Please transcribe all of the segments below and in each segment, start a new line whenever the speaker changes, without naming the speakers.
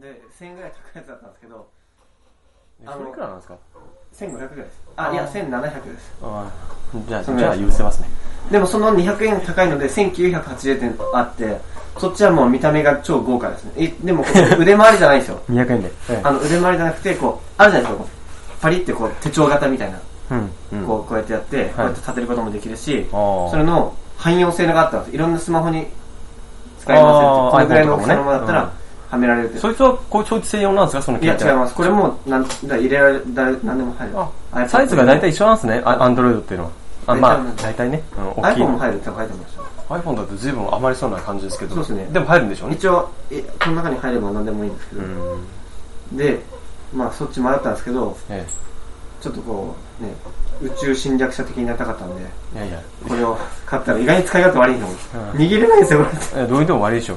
で1000円ぐらい高いやつだったんですけど
え
あの
それいくらなんですか
1500ぐらいですあいや1700です
あーじゃあ、
そん
じ
な
ゃ
や
あ
つ
許せますね。
でもその200円高いので1980円あってそっちはもう見た目が超豪華ですねえでもこ こ腕回りじゃないんですよ
200円で。え
あの腕回りじゃなくてこうあるじゃないですかこうパリってこう手帳型みたいな
えうん。うん。
こうこうやってやって、こうやって立てることもできるし
あー
それの汎用性があったんですいろんなスマホに使えますよ
あー
これぐらいの大きさの
iPhone
ものだった
と
ら
か
はめられるって
そいつは、こう、長期専用なんですかその
い
機
や
械
違いますこれもなんだ入れられだなんでも入る
あ、サイズが大体一緒なんですね。あアンドロイドっていうのは。あ、まあ、大体ね。うん、大きい
iPhone。も入るって書いてました
iPhone だと随分余りそうな感じですけど。
そうですね
でも入るんでしょうね。
一応えこの中に入れば何でもいいんですけど、
うん。
でまあそっち迷ったんですけど
え
ちょっとこうね宇宙侵略者的になりたかったんで
え。いやいや。
これを買ったら意外に使い勝手悪いんですよ
うん
握れないんですよこれ
えどういうでも悪いでしょ。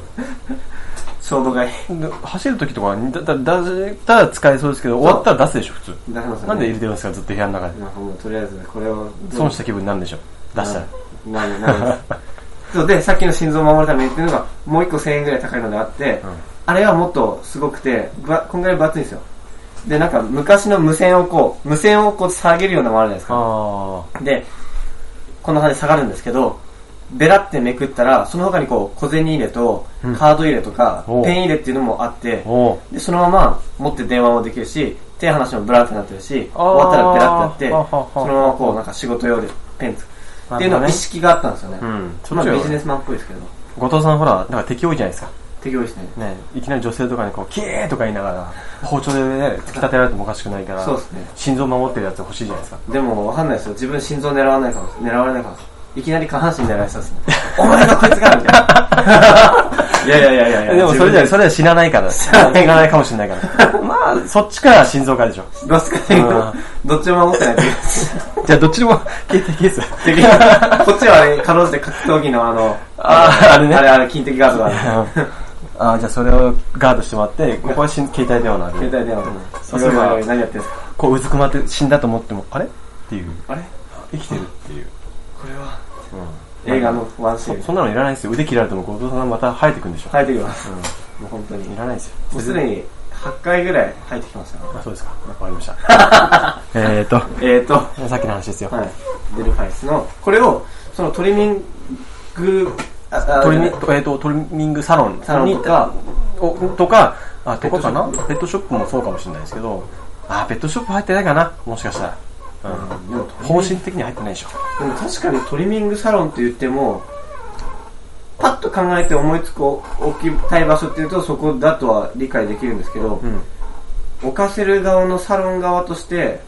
衝動買い
で走る時とかにだ、だ、だ、ただ使えそうですけど、終わったら出すでしょ、普通。
出せますよね
なんで入れてるんですか、ずっと部屋の中で。
なんかもうとりあえずこれを
損した気分になるんでしょ。出したら。
なるなるそうでさっきの心臓を守るためにっていうのがもう一個1000円ぐらい高いのであって、
うん
あれはもっとすごくてぐわこんぐらい分厚いんですよでなんか昔の無線をこう無線をこう下げるようなものあるじゃないですか
あ
で、こんな感じで下がるんですけど、ベラってめくったら、その他にこう、小銭入れと
うん、
カード入れとか、
おう
ペン入れっていうのもあって
あ。、おう
で、そのまま持って電話もできるし、手離してもブラってなってるし、終
あー
わったらベラってな
は
っ
は
て、
は
そのままこう、なんか仕事用でペンつく。っていうのは意識があったんですよね。
うん。そ
ま
っ
あ
ちは
ビジネスマンっぽいですけど、
後藤さんほら、なんか敵多いじゃないですか。
手強いですね。
ね、いきなり女性とかにこう、キーとか言いながら、 包丁でね、突き立てられてもおかしくないから、
そうですね
心臓守ってるやつ欲しいじゃないですか。
でもわかんないですよ。自分心臓狙わないかも、狙われないかも。いきなり下半身狙いそ うですね。お前がこいつかみたいな。 いやいやいやいやい
で
や。
もそれじゃ、それは死なないから、死な
ない
ないかもしれない から。まあ、そっちから心臓からでしょ。
どっちかというと、どっちも守って ないといけないです。
じゃあ、どっちでも、決定です。
できないこっちはあれ、かろうじて格闘技のあの、
あーあれね
あれ、あれ、金的ガードがある。
ああ、じゃあそれをガードしてもらって、ここはし携帯電話なんで、
携帯電話とか。
そ
そうれ
そう
は何やってんすか
こううずくまって死んだと思っても、あれっていう、
あれ
生きてるっていう。
これは、
うん
映画のワンシーン
そ。そんなのいらないですよ。腕切られても後藤さんまた生えてくんでしょ。
生えてきます。もう本当に。
い
も
らないですよ。
うすでに8回ぐらい入ってきましたから
あ、そうですか。わかりました。 えっと、
えーと、
さっきの話ですよ。
はい。デルファイスの、これを、そのトリミング、ああ
トリミえー、とトリミングサロンに
サロンとか
おとかあペットか
ショ
なペットショップもそうかもしれないですけどあペットショップ入ってないかなもしかしたら、うん
でもトリ
方針的には入ってないでしょ
でも確かにトリミングサロンって言っても、パッと考えて思いつく置きたい場所っていうとそこだとは理解できるんですけど、
ん
置かせる側のサロン側として、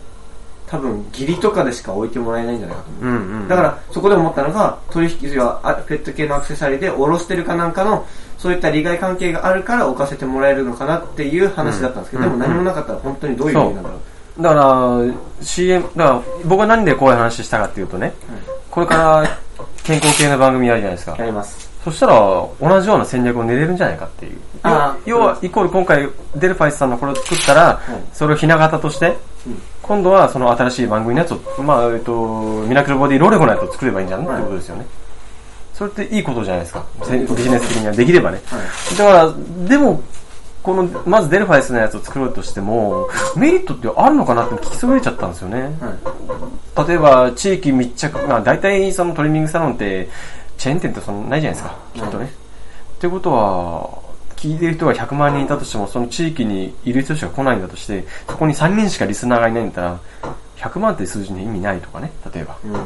多分義理とかでしか置いてもらえないんじゃないかと思う。
うん
だからそこで思ったのが、取引所はあペット系のアクセサリーでおろしてるかなんかの、そういった利害関係があるから置かせてもらえるのかなっていう話だったんですけど、
うん
でも何もなかったら本当にどういう意味なんだろう。
だから CM だから僕は何でこういう話したかっていうとね、これから健康系の番組やるじゃないですか、
やります。
そしたら同じような戦略を練れるんじゃないかっていう
あー
要要はイコール今回デルファイスさんのこれを作ったら、
い
それをひな形として、
うん
今度はその新しい番組のやつを、まあえっと、ミラクルボディロレゴのやつを作ればいいんじゃない、
はい
ってことですよねそれっていいことじゃないですかせビジネス的にはできればね、
はい
だからでもこのまずデルファイスのやつを作ろうとしてもメリットってあるのかなって聞きそびれちゃったんですよね、
は
例えば地域密着、まあ、大体そのトリミングサロンってチェーン店ってそんなないじゃないですかきっとね。ってことは聞いてる人が100万人いたとしてもその地域にいる人しか来ないんだとしてそこに3人しかリスナーがいないんだったら100万って数字に意味ないとかね例えば、
い。うん。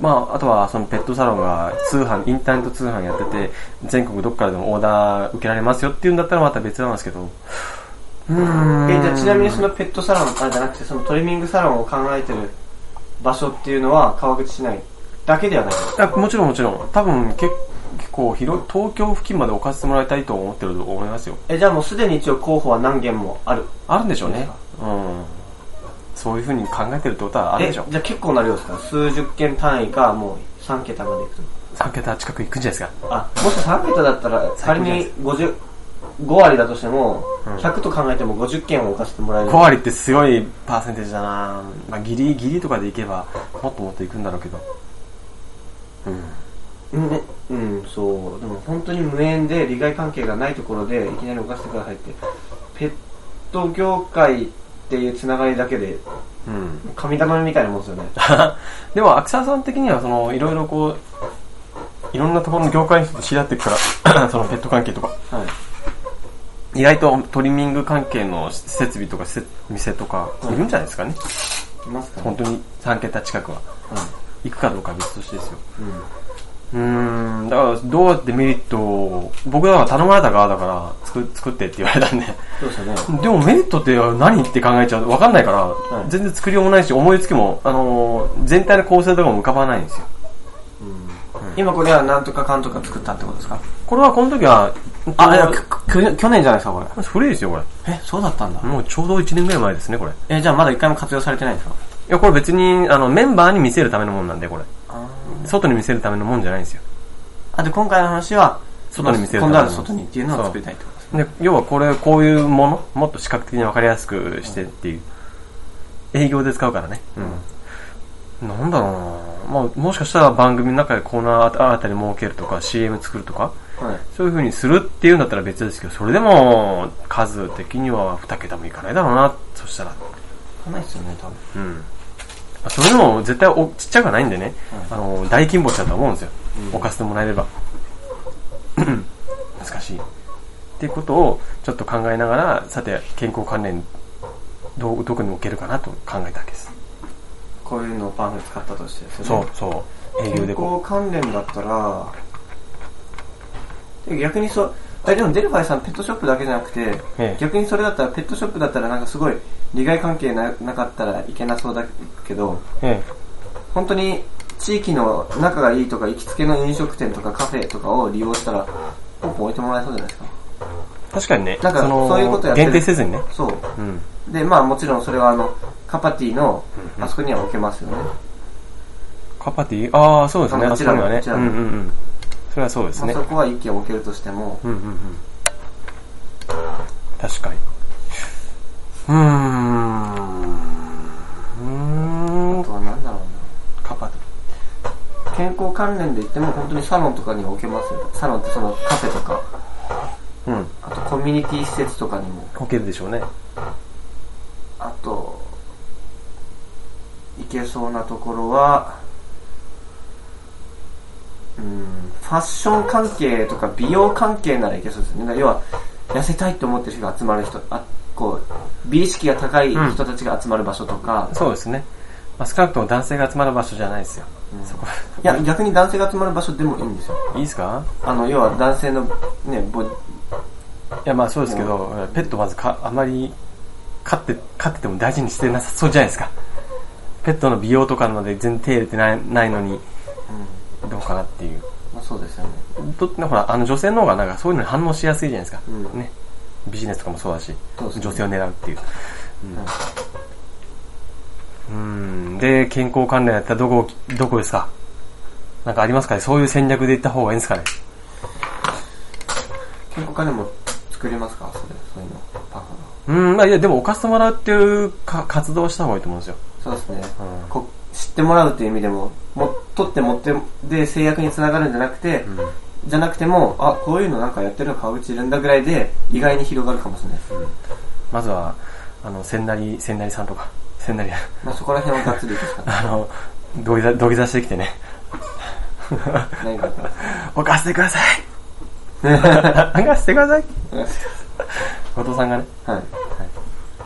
まあ、あとはそのペットサロンが通販インターネット通販やってて全国どっからでもオーダー受けられますよっていうんだったらまた別なんですけどうーん
えじゃあちなみにそのペットサロンあじゃなくてそのトリミングサロンを考えてる場所っていうのは川口市内だけではない
あもちろんもちろん多分結結構広い東京付近まで置かせてもらいたいと思ってると思いますよ
えじゃあもうすでに一応候補は何件もある
あるんでしょう
そうで
ね
す
うんそういうふうに考えてるってことはあるでしょ
えじゃあ結構な量ですか数十件単位かもう3桁までいくと
3桁近く行くんじゃないですか
あもし3桁だったら仮に50 5割だとしても、100と考えても50件を置かせてもらえる
5割ってすごいパーセンテージだなまあギリギリとかで行けばもっともっと行くんだろうけどうん
ね、うん、そう。でも本当に無縁で利害関係がないところでいきなり犯してくださいって、ペット業界っていうつながりだけで、
うん。
神頼みみたいなもんですよね。
でも、アクサさん的には、その、いろいろこう、いろんなところの業界の人と知り合っていくから、 そのペット関係とか、
はい。
意外とトリミング関係の設備とか、せ店とか、いるんじゃないですかね。
いますか
本当に3桁近くは。行くかどうかは別としてですよ。
うん。うん。
うーん、だから、どうやってメリットを、僕だから頼まれた側だから、作作ってって言われたんで。
そうですよね。
でもメリットって何って考えちゃうと分かんないから、
い
全然作りようもないし、思いつきも、あのー全体の構成とかも浮かばないんですよ。
今これはなんとかかんとか作ったってことですか
これはこの時は、
あ、いや、きき去年じゃないですか、これ。
古いですよ、これ。
え、そうだったんだ。
もうちょうど1年ぐらい前ですね、これ。い
え、じゃあまだ一回も活用されてないんですか
や、これ別に、あの、メンバーに見せるためのもんなんで、これ。
あ
外に見せるためのもんじゃないんですよ。
あ、で、今回の話は、
外に見せる
今度は外にっていうのを作りたいってことです。
で、要はこれ、こういうもの、もっと視覚的に分かりやすくしてっていう。営業で使うからね。うん。なんだろうなまあ、もしかしたら番組の中でコーナーあたり設けるとか、CM 作るとか、
はい。
そういう風にするっていうんだったら別ですけど、それでも、数的には2桁もいかないだろうな、そしたら。
かないですよね、多分。
うん。まあそれでも絶対おちっちゃくはないんでね、あの、大金星だと思うんですよ。おかせてもらえれば。 難しい。っていうことをちょっと考えながら、さて、健康関連、どう、どこに置けるかなと考えたわけです。
こういうのをパンフ使ったとしてですよね。
そう、そう。営業で
健
こ
康関連だったら、で逆にそう、あでもデルファイさんペットショップだけじゃなくて、
ええ
逆にそれだったらペットショップだったらなんかすごい利害関係ななかったらいけなそうだけど、
う。え
本当に地域の仲がいいとか行きつけの飲食店とかカフェとかを利用したら、ポンポン置いてもらえそうじゃないですか。
え。確かにね、
なんか
の
そういうことやってる
限定せずにね。
そう。
うん。
で、まあもちろんそれはあの、カパティの、あそこには置けますよね。
カパティああ、そうですね。
あ
あそこにはね
こ。ち
う
ら
ん
の
うんうん。それはそうです
まあ
ね。
そこは一軒置けるとしても、
うんうんうん。確かに。うーん。うー
あ
ん。
とは何だろうな。
カパ
健康関連で言っても本当にサロンとかにも置けますよサロンってそのカフェとか
うん。
あとコミュニティ施設とかにも
置けるでしょうね。
あと行けそうなところはうんファッション関係とか美容関係ならいけそうですね要は痩せたいと思ってる人が集まる人あこう美意識が高い人たちが集まる場所とか、
そうですね。まあ、少なくとも男性が集まる場所じゃないですよ。そこ。
いや逆に男性が集まる場所でもいいんですよ
いいですか
あの要は男性のねボディ
いや、まあそうですけど、ペットまずか、あまり飼って、飼ってても大事にしてなさそうじゃないですか。ペットの美容とかまで全然手入れてないないのに、どうかなっていう。
まあ、そうですよね
とほらあの女性の方がなんかそういうのに反応しやすいじゃないですか、
うん
ね、ビジネスとかもそうだし
そうですね
女性を狙うっていううんうんで健康関連やったらどこどこですかなんかありますかねそういう戦略で行った方がいいんですかね
健康関連も作りますかそれそういうのパフの
うんまあいやでもおかしてもらうっていうか活動をした方がいいと思うんですよ
そうですね、こ知ってもらうっていう意味でもも取って持ってで制約につながるんじゃなくて、じゃなくてもあこういうのなんかやってる川口いるんだぐらいで意外に広がるかもしれないです、
まずはあの千成千成さんとか千成
まあ、そこら辺はガッツリいくしか な
あの土下座土下座してきてね
いないかな
置かせてくだ さい置かせてください後藤さんがね
はい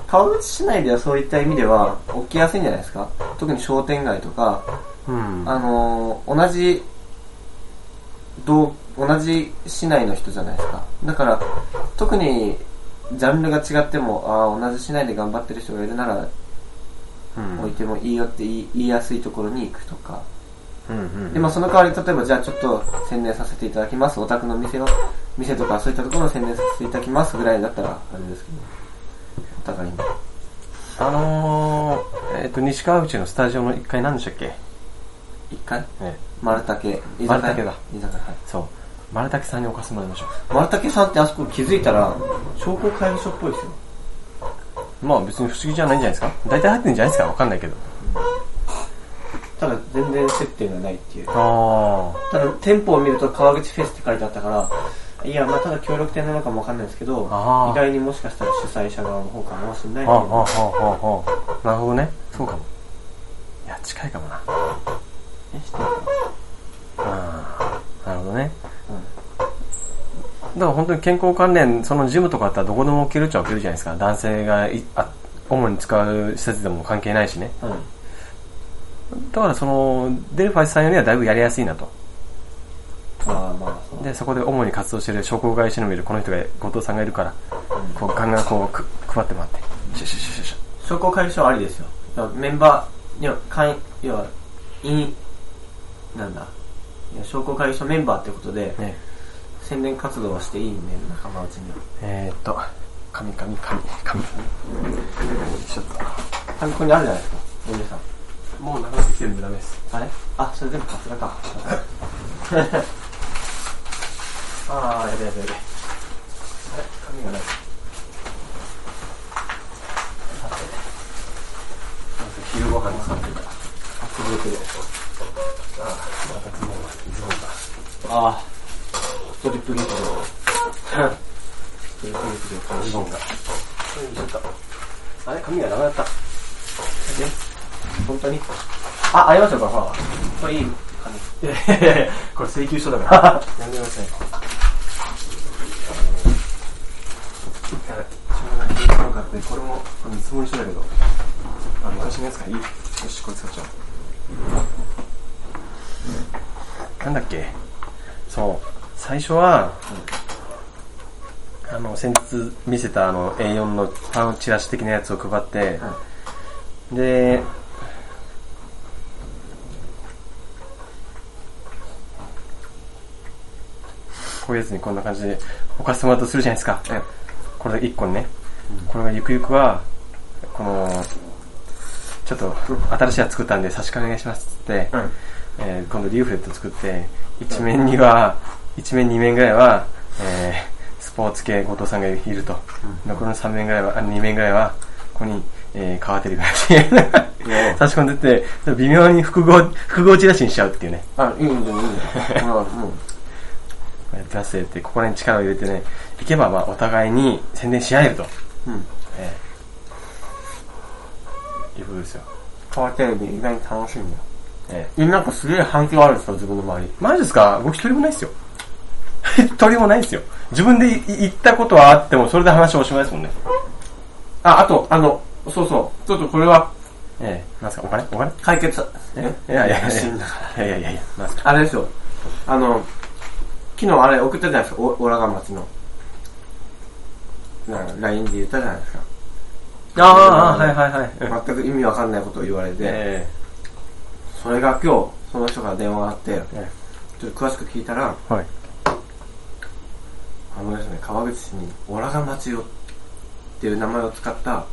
川口市内ではそういった意味では起きやすいんじゃないですか特に商店街とか
うん
あのー同じ、同、同じ市内の人じゃないですか。だから、特に、ジャンルが違っても、ああ、同じ市内で頑張ってる人がいるなら、
うん
置いてもいいよって言い言いやすいところに行くとか。
うんうん
で、まあ、その代わり、例えば、じゃあちょっと宣伝させていただきます。お宅の店を、店とかそういったところを宣伝させていただきますぐらいだったら、あれですけど。お互いに。
あのー、えっ、と、西川口のスタジオの1階なんでしたっけ
一回
ね、
丸竹。居酒屋
丸竹だ
居酒屋。はい
そう。丸竹さんにお貸してもらいましょ
丸竹さんってあそこ気づいたら、商工会議所っぽいですよ。
う。まあ別に不思議じゃないんじゃないですか大体入ってんじゃないですかわかんないけど。
ただ全然接点がないっていう。
あ
ただ店舗を見ると川口フェスって書いてあったから、いや、まあただ協力店なのかもわかんないですけど、
あー
意外にもしかしたら主催者側の方かもしれない
あ、ああ、
け
ああ、あ
ど、
あ、ああなるほどね。そうかも。いや、近いかもな。
え、知ってるか
ああ、なるほどね。
なうん。
だから本当に健康関連、そのジムとかだったらどこでも置けるっちゃ置けるじゃないですか。男性がいあ主に使う施設でも関係ないしね。
うん。
だからその、デルファイスさんよりはだいぶやりやすいなと。
まあまあ、そう。
で、そこで主に活動してる商工会社のいるこの人が、後藤さんがいるから、こうガンガンこうく配ってもらって。シュシュシュシュシュ。
商工会議所はありですよ。だからメンバー、要は、会員、要は、員、なんだ、いや商工会議所メンバーってことで、
ね
宣伝活動はしていいね、仲間うちには。
えー、っと、紙紙紙紙。ちょっ
単行にあるじゃないですか、お姉さん。
と。もう流してきてるんでダメです。
あれあ、それ全部カツラか。 ああ、やべやべやべ。あれ紙がない。
昼ご飯に使ってるから。
あ、崩れてる。ああ、またズボンが、ズボンが。ああ、ストリップ劇場。ストリップ劇場、この
ズ
ズ
ボ
ボン
ンが。ちょっとあれ紙がなくなった。
本当にあ、ありましたかほら。これいい紙。
いやいやいやこれ請求書だから。 やめません。これもあの見積もり書だけど、あ昔のやつがいい。よし、これ使っちゃう。なんだっけそう、最初は、あの、先日見せたあの A4 のパンチラシ的なやつを配って、
は
で、こういうやつにこんな感じで置かせてもらうとするじゃないですか。これ1個にね。これがゆくゆくは、この、ちょっと新しいやつ作ったんで差し替えお願いしますっつって、
うん
えー今度リーフレット作って、一面には、一面二面ぐらいは、えースポーツ系後藤さんがいると。残りの3面ぐらいは、あ2面ぐらいは、ここに、えー、川テレビがっていう 差し込んでって、ちょっと微妙に複合、複合チラシにしちゃうっていうね。
あ、いいんだよ、いいんだよ。 もう、
やってますって、ここらに力を入れてね、いけばまあお互いに宣伝し合えると。
うん。
ええいうことですよ。
変わテレビ意外に楽しいんだよ。
え
え、なんかすげえ反響あるんですか自分の周り。
マジですか僕一人もないですよ。 一人もないですよ。自分で言ったことはあっても、それで話はおしまいですもんね。
あ、あと、あの、そうそう。ちょっとこれは
ええなんすかお金お金
解決。え
いやいやいや
死ん
い
だ
やいやいやいや、なんすか
あれですよ。あの、昨日あれ送ったじゃないですか、おオラガ町の。なんか LINE で言ったじゃないですか。
ああ、はいはいはい。うん
全く意味わかんないことを言われて、
え
それが今日、その人から電話があって、
え
ちょっと詳しく聞いたら、
えはい。
あのですね、川口市にオラガ町よっていう名前を使った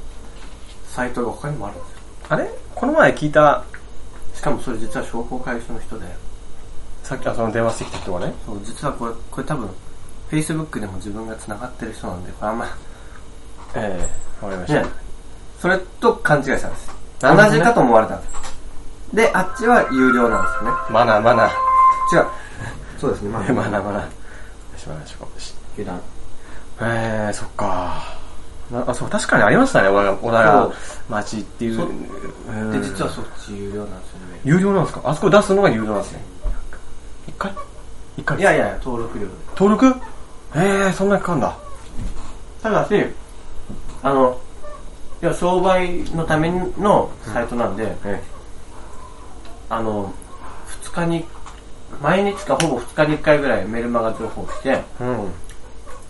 サイトが他にもあるんですよ。
あれこの前聞いた、
しかもそれ実は商工会所の人で、
さっきあその電話してきた人がね。
そう実はこれ、これ多分、Facebook でも自分が繋がってる人なんで、これあんま、
ええわかりました。
ね、それと勘違いしたんです。同
なるほどね
じかと思われたんです。で、あっちは有料なんですよね。
マナーマナー。
違う。そうですね、 まあ、
マナーマナー。よし、マナーしようし。
油断。
えー、そっか。なあ、そう、確かにありましたね、小田小田
そ
原
う
町っていう。
そう
うん
で、実はそっち有料なんですよね。
有料なんですかあそこ出すのが有料なんですね。一回一回
いやいや、登録料で。
登録えー、そんなにかかんだ。
ただし、あの、いや、商売のためのサイトなんで、
え
あの、2日に、毎日かほぼ2日に1回ぐらいメルマガ情報来て、
えうん。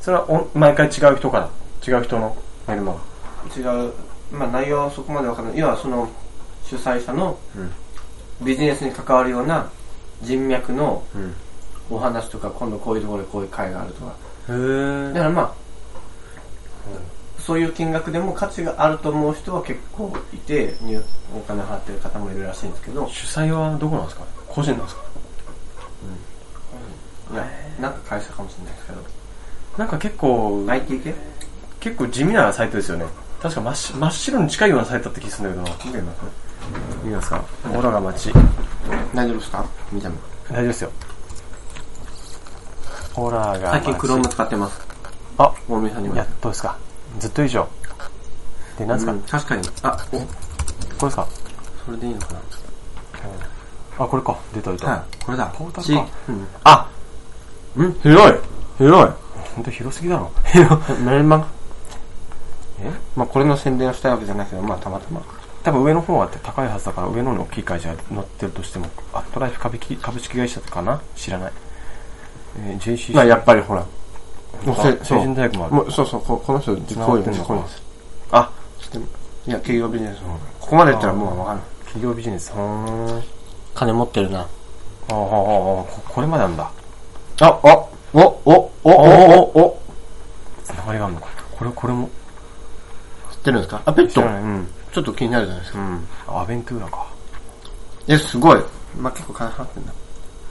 それはお、毎回違う人から、違う人のメルマ
違う、まあ内容はそこまでわからない。要はその、主催者の
うん
ビジネスに関わるような人脈の
ガ。うん。へ
お話とか、今度こういうところでこういう会があるとか。だ
ー。
からまあ、そういう金額でも価値があると思う人は結構いて、入お金払ってる方もいるらしいんですけど、
主催はどこなんですか個人なんですか
いやなんか会社かもしれないですけど。
なんか結構、
IT 系
結構地味なサイトですよね。確か真っ白真っ白に近いようなサイトだって気がするんだけどな。
見てみます
見ますかオラが町
大丈夫ですかみちゃんも。
大丈夫ですよオラが
最近クローム
町
使ってます。
あ
大宮さんにも。
やっとですかずっと以上で何ですか、
うん
こ
確かに。あ、お、
れですか
それでいいのかな
あこれか出た出た、
はい、これだ。
ポータルか
地うん。
あ
うん
広い広い本当広すぎだろ
メルマガ
え
まあ、これの宣伝をしたいわけじゃないけど、まあ、たまたま。
多分上の方は高いはずだから上の方に大きい会社が載ってるとしてもアットライフ株式株式会社かな知らない、えー、JCC
まあ、やっぱりほら。もう
あ
せ、そ
成人
う。
大学もある
もうそうそう、ここの人、実行員
繋がってん
です。
の
実
か
行員です。あ、ちょっといや、企業ビジネスの方ここまで言ったらもうわかる。
企業ビジネスはーん
金持ってるな。
ああああああここれまでなんだ
あ、お、お、お、お、お、お、お、
つながりがあるのかこれこれも
知ってるんですかあ、ペッ
知
ト
らないうん
ちょっと気になるじゃないで
う
すか。
んアベントゥーラか
え、すごい。まあ、結構金払ってんだ。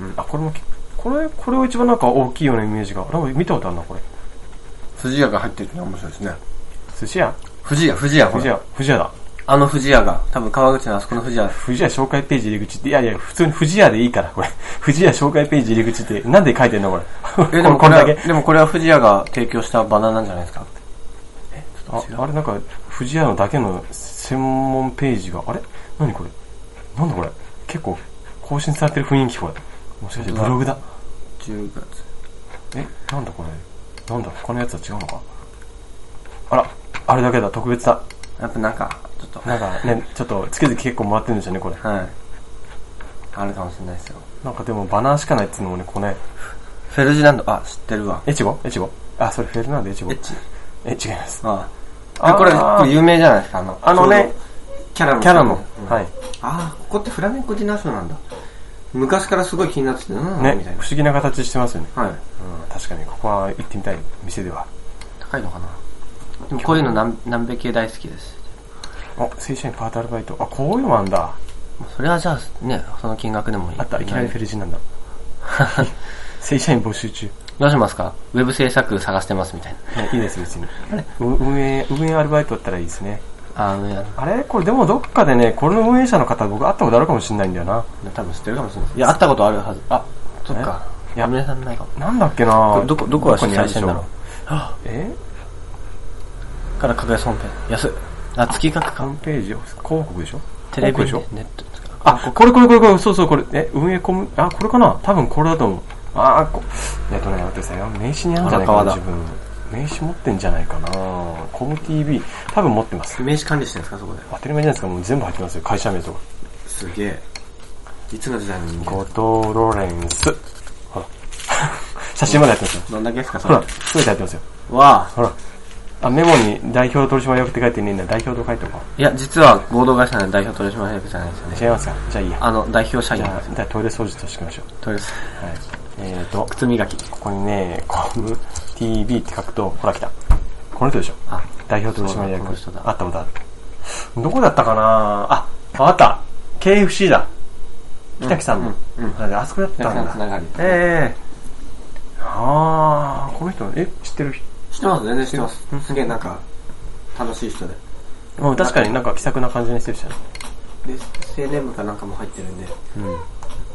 うんあこれもきこれこれは一番なんか大きいようなイメージがなんか見たことあるなこれ
藤屋が入ってるのは面白いですね。
寿司屋
藤屋、藤屋、ほ
富士
ら。
屋富士屋だ
あの藤屋が、多分川口のあそこの藤屋。
富士屋紹介ページ入り口って、いやいや、普通に富士屋でいいから、これ。 富士屋紹介ページ入り口って、なんで書いてんのこれ。
え、で
これ
も
こ
こ
れ
れ
だ
は、
け。
でもこれは藤屋が提供したバナナなんじゃないですか
ああれなんか、富士屋のだけの専門ページが、あれ何これなんだこれ結構、更新されてる雰囲気これ。もしかしてブログだ。
10月。
え、なんだこれなんだ他のやつは違うのかあら、あれだけだ、特別だ。
やっぱなんか、ちょっと、
なんかね、ちょっと、つけて結構回ってるんですよね、これ。
はい。あるかもしれないですよ。
なんかでも、バナーしかないっつうのもね、これね。
フェルジナンド、あ、知ってるわ。
えちごえちごあ、それフェルナンデエチゴ
エッ。チ。
え、違います。
あ
あー
あ。これ、これ有名じゃないですか、あの、
あのね
ちょうど、キャラの。
キャラの、
うん
はい。
ああ、ここってフラメンコディナーショーなんだ。昔からすごい気になってて、うん、
ね
みたい、
不思議な形してますよね。
な。はい。
うん、確かに、ここは行ってみたい、店では。
高いのかな。でもこういうの南南米系大好きです。
あ、正社員パートアルバイト。あ、こういうのもあんだ。
それはじゃあ、ね、その金額でもいい。
あった、いきなりフェルジなん だ。正社員募集中。
どうしますかウェブ制作探してますみたいな。
ね、いいです、別に。う運営、運営アルバイトだったらいいですね。
あー、いや、
あれこれでもどっかでね、これの運営者の方、僕会ったことあるかもしれないんだよな。
多分知ってるかもしれない。いや、会ったことあるはず。あ、そっか。
いや
やめさんないかも。
なんだっけな
これどこ、どこが主催してんだろう
どこにあるでし。ょうえ
から格安本編。安い。あ、月額
ホー
か。
ムページ、広告でしょ
テレビ
広告でしょ
ネットですか。
あ、これこれこれこれ、そうそうこれ、え、運営コム、あ、これかな多分これだと思う。あー、こ、えっとね、待ってくださいよ。名刺にあるんじゃないかな、
荒川だ
自分。名刺持ってんじゃないかなコム TV、多分持ってます。
名刺管理してるんですか、そこで。
当たり前じゃないですか、もう全部入ってますよ。会社名とか。
すげえ。いつの時代の人
ゴトロレンス。ほら。 写真までやってますよ。
どんだけですか、そ
ほ
れ
ら、。すべてやってますよ。
わあ。
ほら。あ、メモに代表取締役って書いてねえんだ。代表と書いておこう。
いや、実は合同会社の代表取締役じゃないです
違
よね。
いますかじゃあいいや。
あの、代表社
じ
員
ゃ
です
あ、じゃあトイレ掃除としてきましょう。
とりあえず、
はい。えーと、
靴磨き。
ここにね、コム TV って書くと、ほら来た。この人でしょ
あ、
代表取締
そうだこ
役。
の人だ
あったことある。どこだったかなあ、わかった。KFC だ。北木さんの。
うんうん
あれあそこだったん
つな
だ。
がり。
ええああ、この人、え、知ってる人
知ってます、全然知ってます。すげえなんか、楽しい人で。
うん、確かになんか気さくな感じにしてる人だね。
で、青年部かなんかも入ってるんで、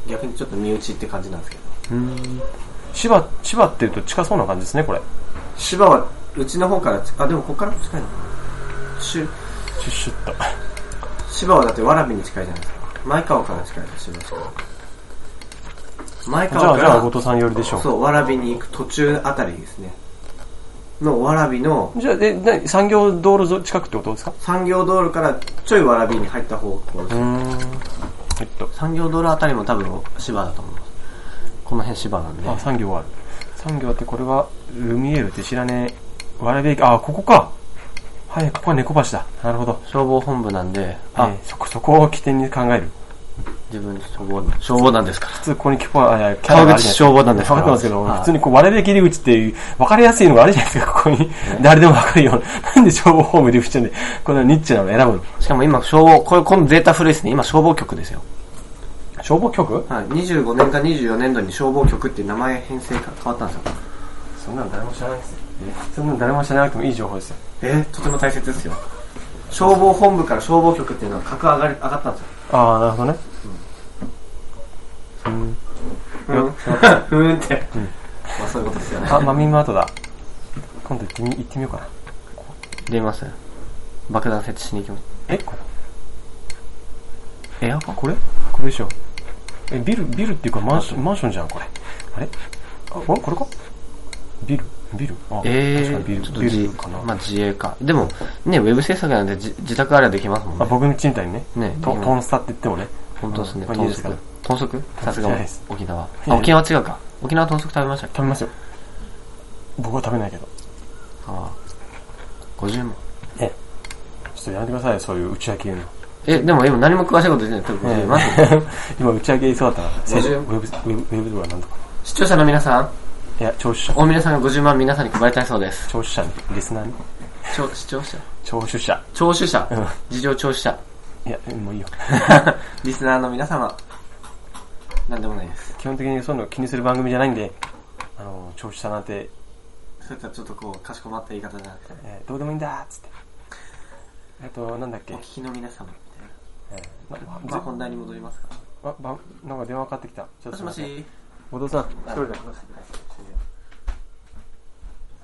逆にちょっと身内って感じなんですけ
う
ど。
ん。千葉、千葉っていうと近そうな感じですね、これ。
芝は、うちの方からち、あ、でもこっからも近いのかな。しゅ
シュッシュッと。
芝はだってわらびに近いじゃないですか。前川から近いです、芝は。前
じゃ
川
あ、
か
じゃあ、
ら
後、藤さん寄りでしょう。
そう、わらびに行く途中あたりですね。のわらびの
じゃあ、で、な産業道路ぞ近くってことですか
産業道路からちょいわらびに入った方向です
うーん。えっと、
産業道路あたりも多分芝だと思います。この辺芝なんで。
あ、産業はある。産業ってこれは、ルミエールって知らねえ。わらべ駅、あ、ここか。はい、ここは猫橋だ。なるほど。
消防本部なんで、
あ、
あ、
そこ、そこを起点に考える。
自分消防、消防団ですから。
普通、ここにキポ、あ、いやキャラが
川
あるじゃ
口
ないですか
消防団ですか。
分からってますけど、
はい
普通にこう、割れ駅入り口っていう、分かりやすいのがあるじゃないですか、こ こに。誰でも分かるような。 なんで消防ホーム入り口なんで、このニッチなの選ぶの。
しかも今消防、これ、このデータ古いですね。今消防局ですよ。
消防局
はい。25年か24年度に消防局っていう名前編成が変わったんですよ。
そんなの誰も知らないですよ。そんなの誰も知らなくてもいい情報ですよ。
えーとても大切ですよ。消防本部から消防局っていうのは格上がり上がったんですよ。
ああ、なるほどね。うん。
うん。ふーんって。まあそういうことですよね。
あ、マミーマートだ。今度行ってみ、行ってみようかな。
出ます爆弾設置しに行きます。
えこれエアコンこれこれでしょ。え、ビル、ビルっていうかマンション、マンションじゃん、これ。あれあ、これこれかビルビルあ、
え
確かに
ー、ちょっと
ビル、ビ
じ
ルかな。
まあ自営か。でも、ね、ウェブ制作なんでじ自宅あればできますもん
あ、
ね。
僕の賃貸にね。
ね
と、
今
トンスタって言ってもね。
本当ですね。
まあいい
豚
ですか
足
ら。
豚足さす
い
が
やいいです
沖縄。
いや
あ、
いや
沖縄は違うか。沖縄は豚足食べましたっけ
食べますよ。僕は食べないけど。
ああ。50万。
ちょっとやめてください、そういう打ち上げ言うの。
え、でも今何も詳しいこと言ってない。
ええ
50万。
今打ち上げ言いそうだったな。
50
ウェブ、ウェブ、ウェブとかなんとか。
視聴者の皆さん、
いや、聴取者。
大皆さんが50万皆さんに配りたいそうです。
聴取者に、リスナーに。
ちょ視聴者
聴取者。
聴取者
うん。
事情聴取者。
いや、もういいよ。
リスナーの皆様、なんでもないです。
基本的にそういうの気にする番組じゃないんで、あの、聴取者なんて、
そういったちょっとこう、かしこまった言い方じゃなくて、
えーどうでもいいんだーっつって。あと、なんだっけ
お。聞きの皆様みたいな。
えーな
まあ本題に戻りますか。
あばなんか電話かかってきた。ちょっ
も
と
しも
待って。
し。
後藤さん、一人で。
あ